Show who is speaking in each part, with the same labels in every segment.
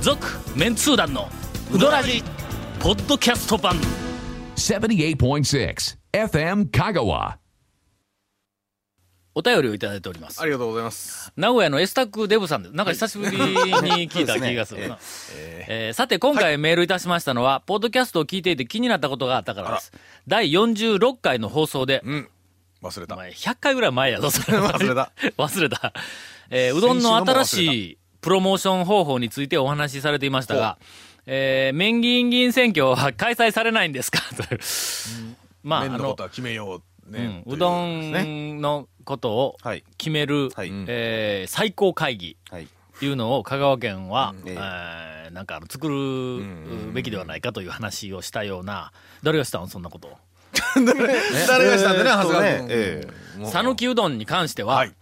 Speaker 1: 続メンツー団のウドラジポッドキャスト版
Speaker 2: 78.6 FM Kagawa.
Speaker 1: お便りをいただいております
Speaker 3: ありがとうございます。
Speaker 1: 名古屋のエスタックデブさんです。なんか久しぶりに聞いた気がするな。えーさて、今回メールいたしましたのは、ポッドキャストを聞いていて気になったことがあったからです。第46回の放送で、
Speaker 3: 忘れ
Speaker 1: お
Speaker 3: た。
Speaker 1: 前100回ぐらい前やぞ、それ
Speaker 3: 忘れた。
Speaker 1: 忘れた。えーうどんの新しいプロモーション方法についてお話しされていましたが、えー、面議員議員選挙は開催されないんですかという。まあ、あ
Speaker 3: 麺
Speaker 1: の
Speaker 3: のこと、は決めよう
Speaker 1: う
Speaker 3: ね
Speaker 1: ん。う
Speaker 3: と
Speaker 1: ど
Speaker 3: いうことですね
Speaker 1: んのことを
Speaker 4: はい
Speaker 1: 決める、
Speaker 4: はい
Speaker 1: えー最高会議。
Speaker 4: はい。
Speaker 1: いうのを香川県は、
Speaker 4: ええ
Speaker 1: えーなんかあの作るべきではないかという話をしたような、誰がしたのそんなことを。
Speaker 3: 誰がしたんでね、
Speaker 4: えー
Speaker 3: 長
Speaker 4: っと
Speaker 3: 谷
Speaker 4: ね
Speaker 3: 川君。
Speaker 4: え
Speaker 3: もう
Speaker 1: 讃岐うどんに関しては
Speaker 3: はい、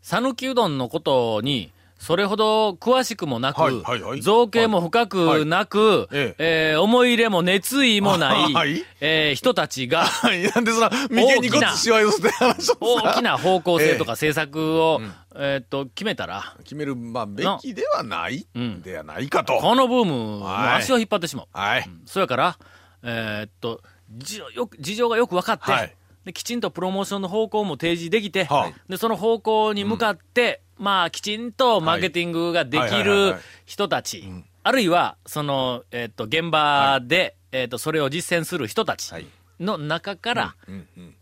Speaker 1: 讃岐、うどんのことに、それほど詳しくもなく、
Speaker 3: はいはいはい
Speaker 1: 造形も深くなく、
Speaker 3: え
Speaker 1: えー思い入れも熱意もない、
Speaker 3: はい
Speaker 1: えー人たちが、
Speaker 3: はい なんでそんな、眉間にごっつしわ寄せて話を
Speaker 1: 大きな方向性とか
Speaker 3: え
Speaker 1: 政策を、えーっと、決めたら、
Speaker 3: 決める、まあ、べきではない、
Speaker 1: ん
Speaker 3: ではないかと。
Speaker 1: このブームの足を引っ張ってしまう。
Speaker 3: はい。
Speaker 1: そやから、えーっと、事情よく事情がよく分かって、
Speaker 3: はい
Speaker 1: で、きちんとプロモーションの方向も提示できて、
Speaker 3: はあ
Speaker 1: で、その方向に向かって、まあ、きちんとマーケティングがで
Speaker 3: はい
Speaker 1: き
Speaker 3: はいはいはい
Speaker 1: る
Speaker 3: はい
Speaker 1: 人たち、あるいは、その、えーっと、現場で、えーっと、それを実践する人たち
Speaker 4: はい
Speaker 1: の中から、
Speaker 3: うんうん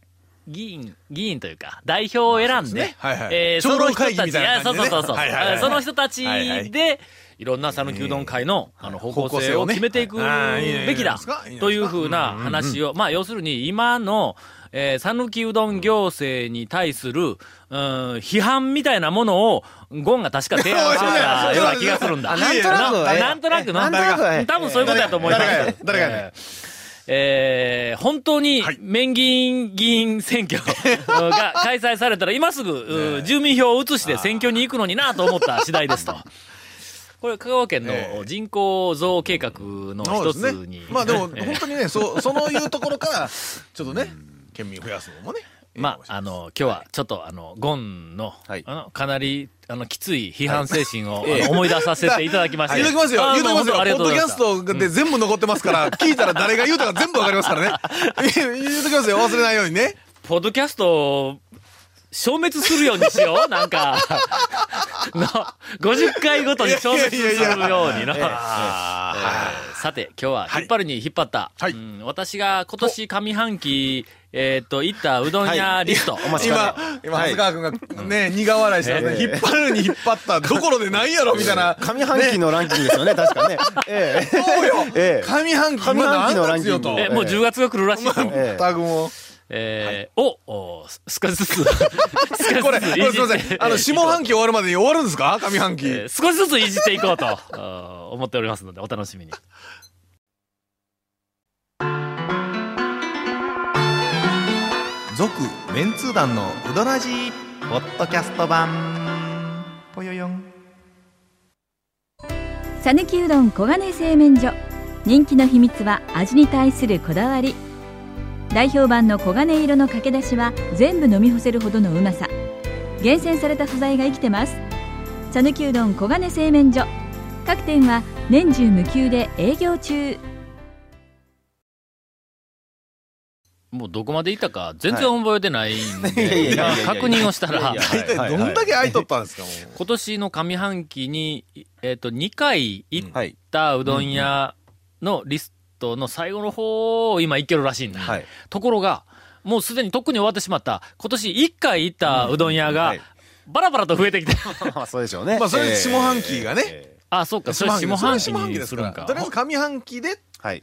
Speaker 1: 議員、議員というか、代表を選んで、
Speaker 3: まあそうですねはいはい
Speaker 1: えーそ
Speaker 3: 長老
Speaker 1: の人
Speaker 3: 会議
Speaker 1: たち、
Speaker 3: みたい
Speaker 1: い
Speaker 3: な
Speaker 1: やそ
Speaker 3: 感
Speaker 1: う
Speaker 3: じで
Speaker 1: そ
Speaker 3: ね
Speaker 1: うそう、
Speaker 3: はいはいはい
Speaker 1: えーその人たちで、
Speaker 3: はい
Speaker 1: いろんな讃岐うどん会の,、あの方向
Speaker 3: 方向
Speaker 1: 性
Speaker 3: 性
Speaker 1: を
Speaker 3: をね
Speaker 1: 決めていく
Speaker 3: はいはいいいね
Speaker 1: べきだ
Speaker 3: いいじゃないですかいいじゃないですか
Speaker 1: というふうな話を、まあ、要するに今の、えー、讃岐うどん行政に対する、うん、批判みたいなものを、ゴンが確か提案してたような気がするんだ。
Speaker 3: あなんと
Speaker 4: なく
Speaker 1: な
Speaker 4: え
Speaker 1: なんとなく
Speaker 4: え
Speaker 1: な。
Speaker 4: なんとなくえ
Speaker 1: 多分そういうことやと思います。
Speaker 3: 誰が誰がやねん
Speaker 1: えーえー本当に
Speaker 3: はい、
Speaker 1: 面議員議員選 挙が開催されたら、今すぐ、う住民票を移して選挙に行くのになと思った次第ですと。これ、香川県
Speaker 3: え
Speaker 1: の人口増計画の
Speaker 3: そう
Speaker 1: 一
Speaker 3: で
Speaker 1: つ
Speaker 3: す
Speaker 1: に、
Speaker 3: ね。まあで も、本当にね、そう、そのいうところから、ちょっとね、県民増やすのもね。
Speaker 1: まあ、あの、今日はちょっと、あの、ゴンの、
Speaker 4: はい
Speaker 1: あの、かなり、あの、きつい批判精神を、あの思い出させていただきました。
Speaker 3: 言うときますよ
Speaker 1: あ。の
Speaker 3: 言うときますよ。
Speaker 1: 本当ありがと
Speaker 3: ポ
Speaker 1: うご
Speaker 3: ッド
Speaker 1: ざ
Speaker 3: キ
Speaker 1: いま
Speaker 3: ャ
Speaker 1: し
Speaker 3: ス
Speaker 1: た
Speaker 3: トで全部残ってますから、聞いたら誰が言うたか全部わかります からね。言うときますよ。忘れないようにね。
Speaker 1: ポッドキャストを消滅するようにしようなんか、 の、50回ごとに消滅するように
Speaker 3: いやいや
Speaker 1: な。えーさて、今日は引っ張るに引っ張った。
Speaker 3: はい
Speaker 1: うん私が今年上半期、えーっと、行ったうどん屋リスト。
Speaker 4: 待ちか
Speaker 3: 今
Speaker 4: ね、
Speaker 3: 今、長
Speaker 4: は
Speaker 3: 谷
Speaker 4: い
Speaker 3: 川君がね、苦笑いしてますね。
Speaker 4: ええ
Speaker 3: 引っ張るに引っ張ったどころでないやろ、みたいな。
Speaker 4: 上半期のランキングです よね、確かね。ええ
Speaker 3: そうよ
Speaker 4: ええ
Speaker 3: 上半期、
Speaker 4: 上半期の
Speaker 3: まだ
Speaker 4: ラ
Speaker 3: あんた
Speaker 4: ン
Speaker 3: です
Speaker 4: キン
Speaker 3: よ
Speaker 4: グ
Speaker 3: と。
Speaker 1: えーもう
Speaker 4: ええ
Speaker 1: 10月が来るらしいと。
Speaker 4: ええ
Speaker 3: タグも。
Speaker 1: えーを、お少しずつ、少しずついじって。
Speaker 3: これ、これすいません。あの、下半期終わるまでに終わるんですか上半期。
Speaker 1: えー少しずついじっていこうとあー思っておりますのでお楽しみに。
Speaker 4: 続メンツー団のうどらじポッドキャスト版ぽよよん
Speaker 5: さぬきうどん黄金製麺所人気の秘密は味に対するこだわり代表版の黄金色のかけだしは全部飲み干せるほどのうまさ厳選された素材が生きてます「さぬきうどん黄金製麺所」各店は年中無休で営業中
Speaker 1: もうどこまで行ったか全然覚えてないんで、今確認をしたら、
Speaker 3: 大体どんだけ空いとったんですかもう
Speaker 1: 今年の上半期に、えっ、と、2回行っ
Speaker 4: はい
Speaker 1: たうどん屋のリストの最後の方を今行けるらしいんだ。
Speaker 4: はい
Speaker 1: ところが、もうすでにとっくに終わってしまった、今年1回行ったうどん屋
Speaker 4: は
Speaker 1: が
Speaker 4: い、
Speaker 1: バラバラと増えてきて、
Speaker 4: まあそうでしょうね
Speaker 3: まあ、それ
Speaker 4: え
Speaker 3: で
Speaker 4: え
Speaker 3: 下半期がね。
Speaker 4: ええ
Speaker 1: あ、そうか、それ下半期にす
Speaker 3: そ
Speaker 1: る
Speaker 3: れは下半期です
Speaker 1: ん
Speaker 3: か。
Speaker 1: から
Speaker 3: と。りあえず上半期で、
Speaker 4: はい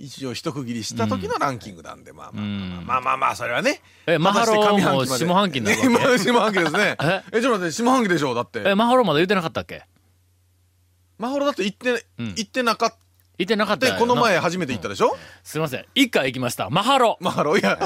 Speaker 3: 一応一区切りした時のランキングなんで、まあまあまあ
Speaker 1: うん
Speaker 3: まあまあまあ、それはね。
Speaker 1: え、マハロ
Speaker 3: 果たして上
Speaker 1: ー
Speaker 3: 半
Speaker 1: も
Speaker 3: 期まで
Speaker 1: 下半期に なるわけ
Speaker 3: ねまあ下半期ですね
Speaker 1: え。
Speaker 3: え、ちょっと待って、下半期でしょ、だって。
Speaker 1: え、マハローまだ言ってなかったっけ
Speaker 3: マホロだって行って、
Speaker 1: うん
Speaker 3: 行ってなかっ
Speaker 1: 言ってなかったよ。
Speaker 3: た
Speaker 1: な
Speaker 3: この前初めて行ったでしょ、
Speaker 1: すいません。一回行きました。マハロ。
Speaker 3: マハロいや。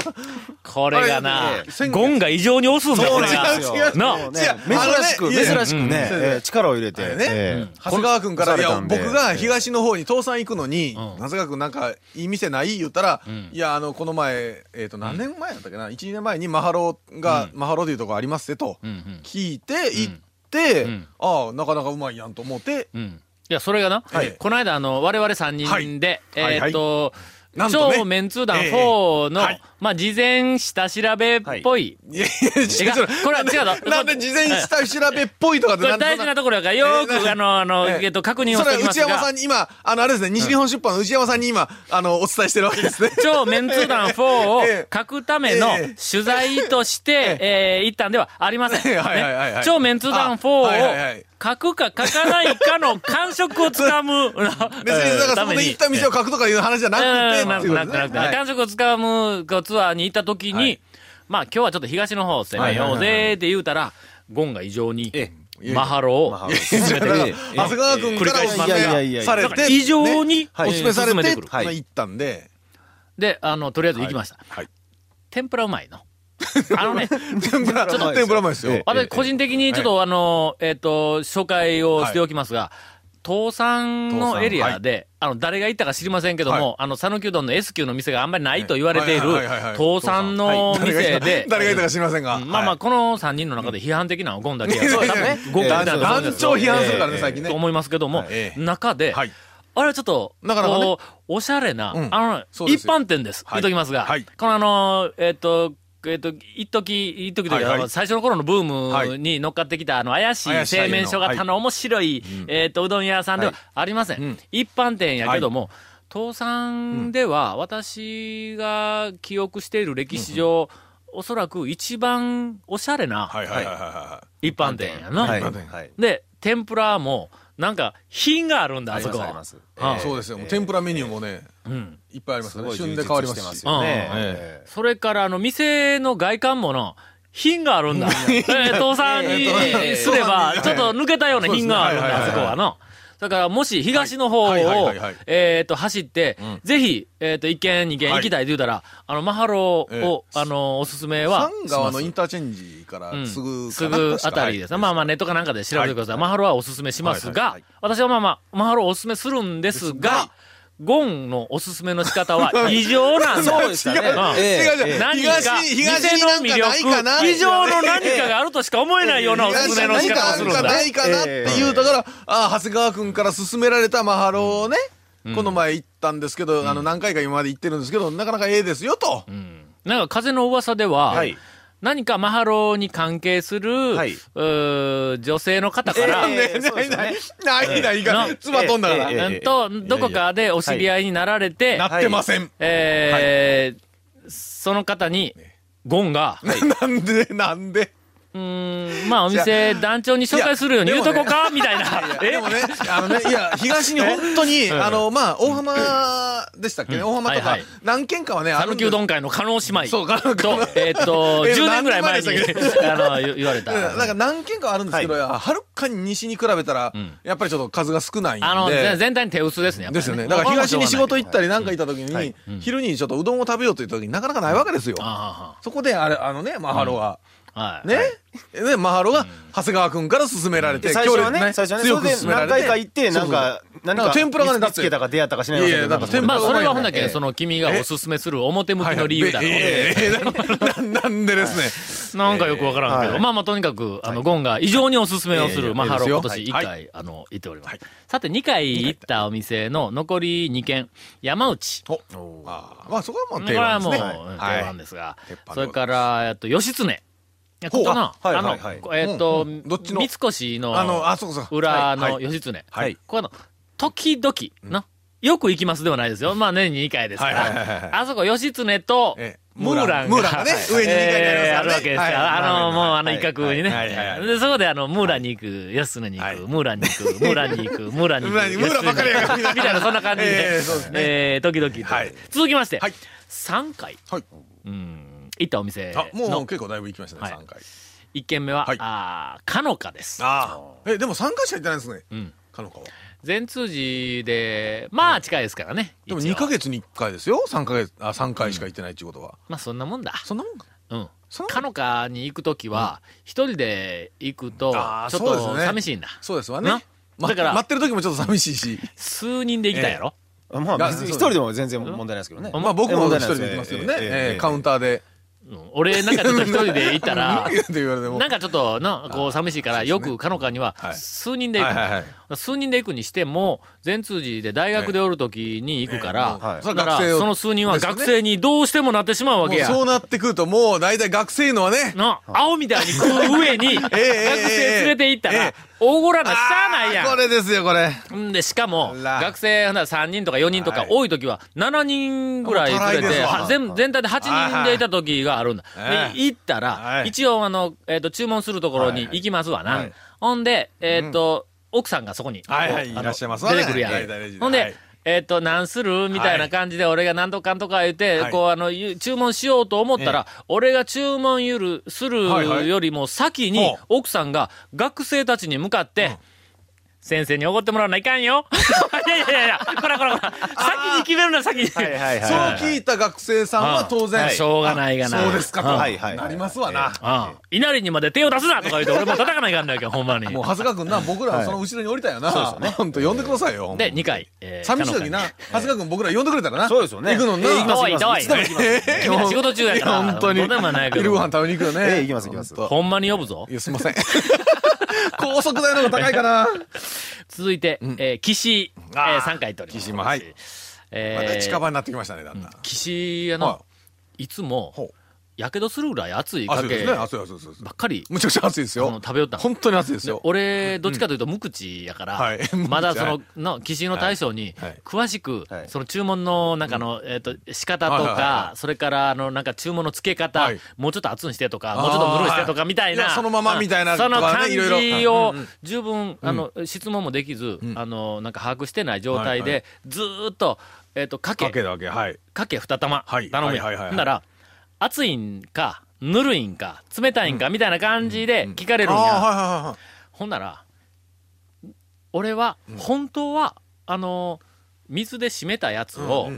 Speaker 1: これがな
Speaker 3: あれ先、月
Speaker 1: ゴンが異常に押すんだ、
Speaker 3: そ
Speaker 1: こ
Speaker 3: うな
Speaker 1: れ
Speaker 3: んですよ
Speaker 1: が。
Speaker 3: 違う違う
Speaker 1: な
Speaker 4: も
Speaker 3: 違
Speaker 4: うね
Speaker 3: う
Speaker 4: 珍
Speaker 3: あのね
Speaker 4: しく
Speaker 3: いや
Speaker 4: 珍しくね
Speaker 3: うん
Speaker 4: ええ力を入れて
Speaker 3: あれね
Speaker 4: ええ
Speaker 3: 長谷川君から、い
Speaker 4: 刺さ
Speaker 3: や、
Speaker 4: れたんで
Speaker 3: 僕が東の方に倒産行くの
Speaker 1: う
Speaker 3: に、
Speaker 1: ん
Speaker 3: 長谷川君なんかいい店ない言ったら、
Speaker 1: ん
Speaker 3: いや、あの、この前、えっ、と、何年前だったっけな、1、2年前にマハロが、マハロというとこありますってと、
Speaker 1: うんうん
Speaker 3: 聞いて、行って、
Speaker 1: ん
Speaker 3: ああ、なかなかうまいやんと思って、
Speaker 1: うん。いや、それがな、
Speaker 3: はい
Speaker 1: この間、あの、我々3人で、
Speaker 3: はいはい
Speaker 1: えーっと、
Speaker 3: なんとね
Speaker 1: 超メンツー団4の、
Speaker 3: ええはい
Speaker 1: まあ、事前下調べっぽい。
Speaker 3: いやいや、違う違う
Speaker 1: これは違う
Speaker 3: なん
Speaker 1: の
Speaker 3: でなんで事前下調べっぽいとかっ
Speaker 1: これ大事なところやから、よ
Speaker 3: え
Speaker 1: ー
Speaker 3: え
Speaker 1: く、あの、あの、
Speaker 3: ええ
Speaker 1: えっと、確認を
Speaker 3: そ
Speaker 1: し
Speaker 3: れ
Speaker 1: ておき
Speaker 3: は
Speaker 1: ます
Speaker 3: 内山さ
Speaker 1: が
Speaker 3: ん、に今、あの、あれですね、西日本出版の内山さんに今、あの、お伝えしてるわけですね。
Speaker 1: 超メンツー団4を
Speaker 3: ええ
Speaker 1: 書くための
Speaker 3: ええ
Speaker 1: 取材として、えー、一旦ではありません。
Speaker 3: ええ はいはいはいはい
Speaker 1: ね超メンツー団4を
Speaker 3: あはいはいはい
Speaker 1: 書くか書かないかの感触をつか む
Speaker 3: 別に、だからそ
Speaker 1: た
Speaker 3: こ
Speaker 1: め
Speaker 3: で
Speaker 1: に
Speaker 3: 行った店を書くとかいう話じゃなくて、
Speaker 1: な
Speaker 3: っ
Speaker 1: んか
Speaker 3: ていうこ
Speaker 1: な
Speaker 3: と
Speaker 1: んか
Speaker 3: ですね
Speaker 1: なく
Speaker 3: はい
Speaker 1: 感触をつかむこうツアーに行った時
Speaker 3: は
Speaker 1: に
Speaker 3: い、
Speaker 1: まあ今日はちょっと東の方を攻めようぜって言うたら、ゴンが異常に
Speaker 4: え
Speaker 3: え
Speaker 1: マハロを、
Speaker 4: まあ、
Speaker 3: だから 長谷川君からおすす
Speaker 1: いやい
Speaker 4: やいやい
Speaker 3: め
Speaker 4: や
Speaker 3: され
Speaker 1: だから
Speaker 3: て、
Speaker 1: 異常に
Speaker 3: おすすめされ
Speaker 1: 進め
Speaker 3: て、
Speaker 1: てくる。
Speaker 3: まあ行ったんで、
Speaker 1: で、あの、とりあえず行きました。天ぷらうまい の。あのね、
Speaker 3: 天ぷら、
Speaker 4: ちょっと
Speaker 3: 天ぷらうまいですよ。
Speaker 1: 私個人的にちょっとあの、えっと、紹介をしておきますが、倒産のエリアで、あの、誰が行ったか知りませんけども、あの、讃岐うどんの S 級の店があんまりないと言われている
Speaker 3: はいはいはいはい、
Speaker 1: 倒産の店で、
Speaker 3: 誰がいたか知りませんが。
Speaker 1: うんまあま
Speaker 3: は
Speaker 1: あ、この3人の中で批判的なのはゴンだけや
Speaker 3: い。
Speaker 1: と
Speaker 3: そうです
Speaker 4: ね
Speaker 3: ね。
Speaker 1: ゴンだけだと思うんで
Speaker 3: 団
Speaker 1: すよ
Speaker 3: 長批判するからね、
Speaker 4: ええ
Speaker 3: 最近ね
Speaker 1: と。思いますけども
Speaker 3: え、え
Speaker 1: 中で、
Speaker 3: はい。
Speaker 1: あれはちょっと、
Speaker 3: なかなかね
Speaker 1: こうおしゃれな、
Speaker 3: うん
Speaker 1: あの、
Speaker 3: そうで
Speaker 1: 一
Speaker 3: すよ
Speaker 1: 般店です。
Speaker 3: はい
Speaker 1: 言っときますが、
Speaker 3: はい
Speaker 1: このあの、えっ、と、えっ、と、一時一時というか、
Speaker 3: はいはい
Speaker 1: 最初の頃のブームに乗っかってきた、あの、怪しい
Speaker 3: 怪しい
Speaker 1: 製麺所型の面白い、えっ、と、うどん屋さんではありません。
Speaker 3: うん
Speaker 1: 一般店やけども、倒産では、私が記憶している歴史上、おそらく一番おしゃれな
Speaker 3: はいはいはいはいは
Speaker 1: 一般店やな。
Speaker 4: はい。
Speaker 3: なんで
Speaker 4: はい。
Speaker 1: で、天ぷらも、なんか、品があるんだ、あそこ。
Speaker 4: あります。
Speaker 1: あ
Speaker 3: い。そうですよ。もう天ぷらメニューもね、
Speaker 1: うん。
Speaker 3: いっぱいあります
Speaker 4: す
Speaker 3: ね。
Speaker 4: ごい
Speaker 3: 旬
Speaker 4: 充
Speaker 3: で
Speaker 4: 実
Speaker 3: 変わりま
Speaker 4: してますす
Speaker 3: し。
Speaker 4: よ
Speaker 1: うん
Speaker 4: ね。ええ
Speaker 1: それから、あの、店の外観もの、品があるんだ。えー、倒産に
Speaker 3: えー
Speaker 1: すれば
Speaker 3: え、ー
Speaker 1: ちょっと抜けたような品があるん
Speaker 3: そうです
Speaker 1: だ、
Speaker 3: ね
Speaker 1: あそこはの。だから、もし、東の方を
Speaker 3: はいはいはいはいはい、
Speaker 1: えっと、走って、ぜひ、えっと、一軒、二軒
Speaker 3: はい
Speaker 1: 行きたいと言うたら、あの、マハロ
Speaker 3: え
Speaker 1: を、あの、おすすめは、
Speaker 3: 三川のインターチェンジからすぐ
Speaker 1: す
Speaker 3: かな
Speaker 1: ぐ
Speaker 3: 確か
Speaker 1: あたりですね。まあまあネットかなんかで調べてください。マハロはおすすめしますが、私はまあまあ、マハロをおすすめするんです
Speaker 3: です
Speaker 1: が
Speaker 3: が、
Speaker 1: ゴンのおすすめの仕方は異常 なんだ。
Speaker 4: そうでしたね。
Speaker 1: うん
Speaker 4: ええ
Speaker 3: 違う違う。
Speaker 1: 何か、
Speaker 3: 東に、東
Speaker 1: 店
Speaker 3: に
Speaker 1: の
Speaker 3: なん
Speaker 1: 魅
Speaker 3: かないかな。
Speaker 1: 力、以上の何かがあるとしか思えないようなおす
Speaker 3: 東
Speaker 1: すめ
Speaker 3: に
Speaker 1: の
Speaker 3: 何
Speaker 1: 仕方を
Speaker 3: かあ
Speaker 1: す
Speaker 3: る
Speaker 1: るん
Speaker 3: かな
Speaker 1: だ。
Speaker 3: いかなって言うだから、ああ、長谷川君から勧められたマハロをね、この前行ったんですけど、あの、何回か今まで行ってるんですけど、なかなかええですよと。
Speaker 1: なんか風の噂では、
Speaker 4: はい
Speaker 1: 何かマハロに関係する、
Speaker 4: はいう
Speaker 1: ー女性の方から、
Speaker 4: ええ
Speaker 3: ね
Speaker 4: そうですよね
Speaker 3: ないない
Speaker 1: え
Speaker 3: が
Speaker 1: え、
Speaker 3: 唾飛んだから。
Speaker 4: ええええ
Speaker 1: うんと、どこかでお知り合いになられて、
Speaker 3: なってません。
Speaker 1: えーその方に、ゴンが、
Speaker 3: なんで、なんで。
Speaker 1: うーん、まあお店団長に紹介するように言うとこか、みたいな。
Speaker 3: でもね、あのね、いや、東に本当に、あの、まあ、大浜でしたっけね、大浜と
Speaker 1: は
Speaker 3: か
Speaker 1: いはい、
Speaker 3: 何軒かはね、あ
Speaker 1: 讃
Speaker 3: るん
Speaker 1: 岐
Speaker 3: で
Speaker 1: う
Speaker 3: す
Speaker 1: どん会の加納姉妹
Speaker 3: そう加納
Speaker 1: と、えっと、
Speaker 3: え
Speaker 1: 10年ぐらい前に
Speaker 3: 何年前で
Speaker 1: あの言言われた。
Speaker 3: うんなんか何軒かはあるんですけど、はるかに西に比べたら
Speaker 1: ん、
Speaker 3: やっぱりちょっと数が少ないんで。
Speaker 1: あの、ぜ全体に手薄ですね、やっぱり
Speaker 3: ですよね。だから東に仕事行ったりなんか行った時
Speaker 4: はい
Speaker 3: に、昼にちょっとうどんを食べようと言った時になかなかないわけですよ。
Speaker 1: あ
Speaker 3: そこで、あれ、あのね、マハロ
Speaker 1: あ
Speaker 3: が、
Speaker 1: はい。
Speaker 3: ね、ね、マハロが、長谷川くんから勧められて、
Speaker 4: で最初はね、
Speaker 3: 強烈
Speaker 4: 最初はね、
Speaker 3: 強
Speaker 4: そ
Speaker 3: く
Speaker 4: れで
Speaker 3: 勧めら
Speaker 4: 何
Speaker 3: れて。
Speaker 4: 回か行って、なんか、何
Speaker 3: なん
Speaker 4: か、
Speaker 3: か天ぷらがねだ
Speaker 4: 見
Speaker 3: って
Speaker 4: つけたか出会ったかしないわけ
Speaker 3: いやいや
Speaker 4: ど
Speaker 3: だから天ぷら
Speaker 1: まあ、それはほんだ
Speaker 3: え
Speaker 1: け、
Speaker 3: え
Speaker 1: その君がおすすめする表向きの理由だろう
Speaker 3: はいええええななんでですね。
Speaker 1: なんかよくわからんけど、
Speaker 4: はい
Speaker 1: まあまあとにかく、あの、ゴンが異常におすすめをす
Speaker 3: え
Speaker 1: る、
Speaker 3: え
Speaker 1: まあ、ハロー
Speaker 3: い
Speaker 1: 今
Speaker 3: いですよ
Speaker 1: 年1回、
Speaker 3: は
Speaker 1: あの、行っております。
Speaker 3: はい
Speaker 1: さて、2回行ったお店の残り2軒、山内。
Speaker 3: おあーまあそこはも
Speaker 1: こ
Speaker 3: う
Speaker 1: れ
Speaker 3: 定
Speaker 1: は
Speaker 3: 番
Speaker 1: もう、
Speaker 3: ですね。
Speaker 1: うん定
Speaker 3: はい
Speaker 1: 番ですが、
Speaker 3: 鉄板
Speaker 1: そ
Speaker 3: でございま
Speaker 1: れ
Speaker 3: す
Speaker 1: から、えっと、義経。いや
Speaker 3: ほ
Speaker 1: こ
Speaker 3: う
Speaker 1: この、
Speaker 4: あはい
Speaker 1: あの、
Speaker 4: はいはい
Speaker 1: えっと、
Speaker 3: うんうんどっちの
Speaker 1: 三越の
Speaker 3: あの、あ、そうかそうか。
Speaker 1: 裏
Speaker 3: はい
Speaker 1: の
Speaker 3: はい
Speaker 1: 義経。
Speaker 3: はい
Speaker 1: ここの、時々、な、よく行きますではないですよ。まあ年に2回ですか
Speaker 3: はいはいはいはい
Speaker 1: ら。あそこ、義経と
Speaker 3: ええ、
Speaker 1: ムーランが。
Speaker 3: ムーランがね上に二階にありますからね
Speaker 1: ええあるわけですか
Speaker 3: はい
Speaker 1: ら。あの、
Speaker 3: はい
Speaker 1: もうあの
Speaker 4: はい
Speaker 1: 一角にね
Speaker 3: はいはいは。い
Speaker 1: で、そこであの、ムーランに行く、義経に
Speaker 3: は
Speaker 1: 行
Speaker 3: い
Speaker 1: く、ムーランに 行く、ムーランに行く、ムーランに行
Speaker 3: ムーラ
Speaker 1: く。
Speaker 3: ンにムーランばっかりやから
Speaker 1: みたいな。みたいな、そんな感じで
Speaker 3: ええそうです。ね
Speaker 1: ええ、時々と
Speaker 3: はい。
Speaker 1: 続きまして
Speaker 3: はい、
Speaker 1: 3回、
Speaker 3: はい。
Speaker 1: うん、行ったお店
Speaker 3: あ、もう
Speaker 1: の
Speaker 3: 結構だいぶ行きましたね、
Speaker 1: はい
Speaker 3: 三回。
Speaker 1: 1軒目は
Speaker 3: はい、
Speaker 1: あーかのかです。
Speaker 3: ああ。え、でも三回しか行ってないんですね。
Speaker 1: うん。
Speaker 3: かのかは。
Speaker 1: 全通寺で、まあ近いですからね。
Speaker 3: でも
Speaker 1: 一応
Speaker 3: 二ヶ月に一回ですよ。三ヶ月、あ、三回しか行ってないっていうことは。
Speaker 1: まあそんなもんだ。
Speaker 3: そんなもんか。
Speaker 1: うん。
Speaker 3: そんな
Speaker 1: か
Speaker 3: もん
Speaker 1: のかに行くときは、一人で行くと、ちょ
Speaker 3: あ
Speaker 1: っ
Speaker 3: ーそうです
Speaker 1: と
Speaker 3: ね
Speaker 1: 寂しいんだ。
Speaker 3: そうですわ
Speaker 1: な
Speaker 3: ね。ま
Speaker 1: だから
Speaker 3: 待ってる時もちょっと寂しいし。
Speaker 1: 数人で行きたいやろ
Speaker 4: まあ、別に一人でも全然問題ないですけどね。
Speaker 1: あ
Speaker 3: まあ僕も
Speaker 4: 問
Speaker 3: 一
Speaker 4: 題ない
Speaker 3: 人
Speaker 4: です
Speaker 3: で行きますけど
Speaker 4: え
Speaker 3: ね。
Speaker 4: ええ
Speaker 3: え
Speaker 4: えええ
Speaker 3: えカウンターで。
Speaker 1: うん俺なんかちょっと一人で行ったら
Speaker 3: いや って言われても
Speaker 1: なんかちょっとなこう寂しいからよくかのかには
Speaker 3: はい
Speaker 1: 数人で行く、
Speaker 3: はいはいはい
Speaker 1: 数人で行くにしても全通寺で大学でおる時に行くから、
Speaker 3: ええええはい
Speaker 1: だか
Speaker 3: それは学生
Speaker 1: ら
Speaker 3: を
Speaker 1: その数人は
Speaker 3: ですよね
Speaker 1: 学生にどうしてもなってしまうわ
Speaker 3: も
Speaker 1: け
Speaker 3: う
Speaker 1: や。
Speaker 3: そうなってくるともう大体学生のはね
Speaker 1: な青みたいに食う上に学生連れて行った
Speaker 3: えええええ
Speaker 1: ら
Speaker 3: え
Speaker 1: 大ごらなしゃあないや
Speaker 3: あーこれですよこれ
Speaker 1: ん。んで、しかも、
Speaker 3: あら
Speaker 1: 学生、ほんなら3人とか4人とか
Speaker 3: はい
Speaker 1: 多い時は7人ぐらい
Speaker 3: もう足
Speaker 1: 連
Speaker 3: り
Speaker 1: れ
Speaker 3: ないで
Speaker 1: て、
Speaker 3: すわ
Speaker 1: は全全体で8人でいた時があるんだ。
Speaker 3: はい
Speaker 1: で、行ったら
Speaker 3: は、い
Speaker 1: 一応あの、えっと、注文するところに行きますわな。ほんで、えっと、奥さんがそこに、
Speaker 3: はいはい
Speaker 1: こうあの
Speaker 3: いらっしゃいますわ
Speaker 1: 出
Speaker 3: ね
Speaker 1: てくるやん
Speaker 3: はい大体レジ。で
Speaker 1: ほんで
Speaker 3: はい、
Speaker 1: えっと、何するみたいな感じで、俺が何とかんとか言って、
Speaker 3: はい
Speaker 1: こう、あの、ゆ注文しようと思ったら、俺が注文ゆる、する
Speaker 3: はいはい
Speaker 1: よりも先
Speaker 3: ほ
Speaker 1: に
Speaker 3: う、
Speaker 1: 奥さんが学生たちに向かって、先生におごってもらわないかん よ。いやいやいやいや、こらこらこら、先に決めるな、先に。
Speaker 4: はいはい
Speaker 3: そう
Speaker 4: はい。
Speaker 3: 聞いた学生さんは当然、
Speaker 1: うんしょうがないがな。
Speaker 3: そうですかと、
Speaker 1: うん
Speaker 4: はいはい
Speaker 3: なりますわな、
Speaker 1: うん稲荷にまで手を出すなとか言って、俺も叩かないかんだけど、ほんまに。
Speaker 3: もう長谷川君な僕らその後ろに降りたよな、ほんと呼んでくださいよほんま
Speaker 1: で、2回。えー
Speaker 3: 寂しい時な
Speaker 1: かの
Speaker 3: 長谷川君僕ら呼んでくれたらな
Speaker 4: そうですよね
Speaker 3: 行くのにな、
Speaker 4: ええ行きま
Speaker 1: かに。遠い
Speaker 4: い
Speaker 1: 遠い。君ら仕事中やから。
Speaker 3: いや本当に
Speaker 1: どうでもないけ
Speaker 3: 昼ご飯
Speaker 1: ど。
Speaker 3: 食べに行くよね
Speaker 4: ええ行きます行きます
Speaker 3: ほんと
Speaker 1: ほんまに呼ぶぞ
Speaker 3: い。やすいま せん高速代の方が高いかな
Speaker 1: 続いて、えー岸、え
Speaker 3: あ
Speaker 1: ー、
Speaker 3: ー
Speaker 1: 3回取ります。
Speaker 3: 岸もはい。また
Speaker 1: え
Speaker 3: 近
Speaker 1: ー、
Speaker 3: 場になってきましたねだんだん、
Speaker 1: 岸、あ
Speaker 3: は
Speaker 1: の、いつも
Speaker 3: ほ、
Speaker 1: やけどするぐらい熱いか
Speaker 3: 暑いで
Speaker 1: け
Speaker 3: すね
Speaker 1: ば
Speaker 3: 暑い暑い暑い暑い
Speaker 1: っかり、
Speaker 3: むちゃくちゃ暑いです
Speaker 1: あの
Speaker 3: よ
Speaker 1: 食べよったん
Speaker 3: 本当に暑いですよ
Speaker 1: 俺、どっちかというと無口やから、
Speaker 3: はい
Speaker 1: まだそ
Speaker 3: 無
Speaker 1: の
Speaker 3: 口、
Speaker 1: の、騎士の大将に
Speaker 3: はいはい、
Speaker 1: 詳しく
Speaker 4: は、い
Speaker 1: その注文の、なんかの、えっと、仕方と
Speaker 3: はいはいはい
Speaker 1: か、それから、あの、なんか注文の付け方
Speaker 3: はい、
Speaker 1: もうちょっと熱にしてとか、もうちょっとぬるいしてとか、みたい
Speaker 3: い
Speaker 1: な。
Speaker 3: やそのままみたいな
Speaker 1: その
Speaker 3: とか
Speaker 1: 感
Speaker 3: ねいろい
Speaker 1: じ
Speaker 3: ろ
Speaker 1: を、十分、あの、質問もできず、あの、なんか把握してない状態
Speaker 3: はいは
Speaker 1: で、ずーっと、えっと、か
Speaker 3: かけ
Speaker 1: け、
Speaker 3: だわけはい
Speaker 1: かけ二玉、
Speaker 3: はい
Speaker 1: 頼む
Speaker 3: はいはいはい
Speaker 1: や
Speaker 3: は
Speaker 1: ん。
Speaker 3: い
Speaker 1: ほんなら、熱いんか、ぬるいんか、冷たいんか、みたいな感じで聞かれるんや。
Speaker 3: ああ
Speaker 1: ほんなら、俺は、本当は、あのー、水で締めたやつを、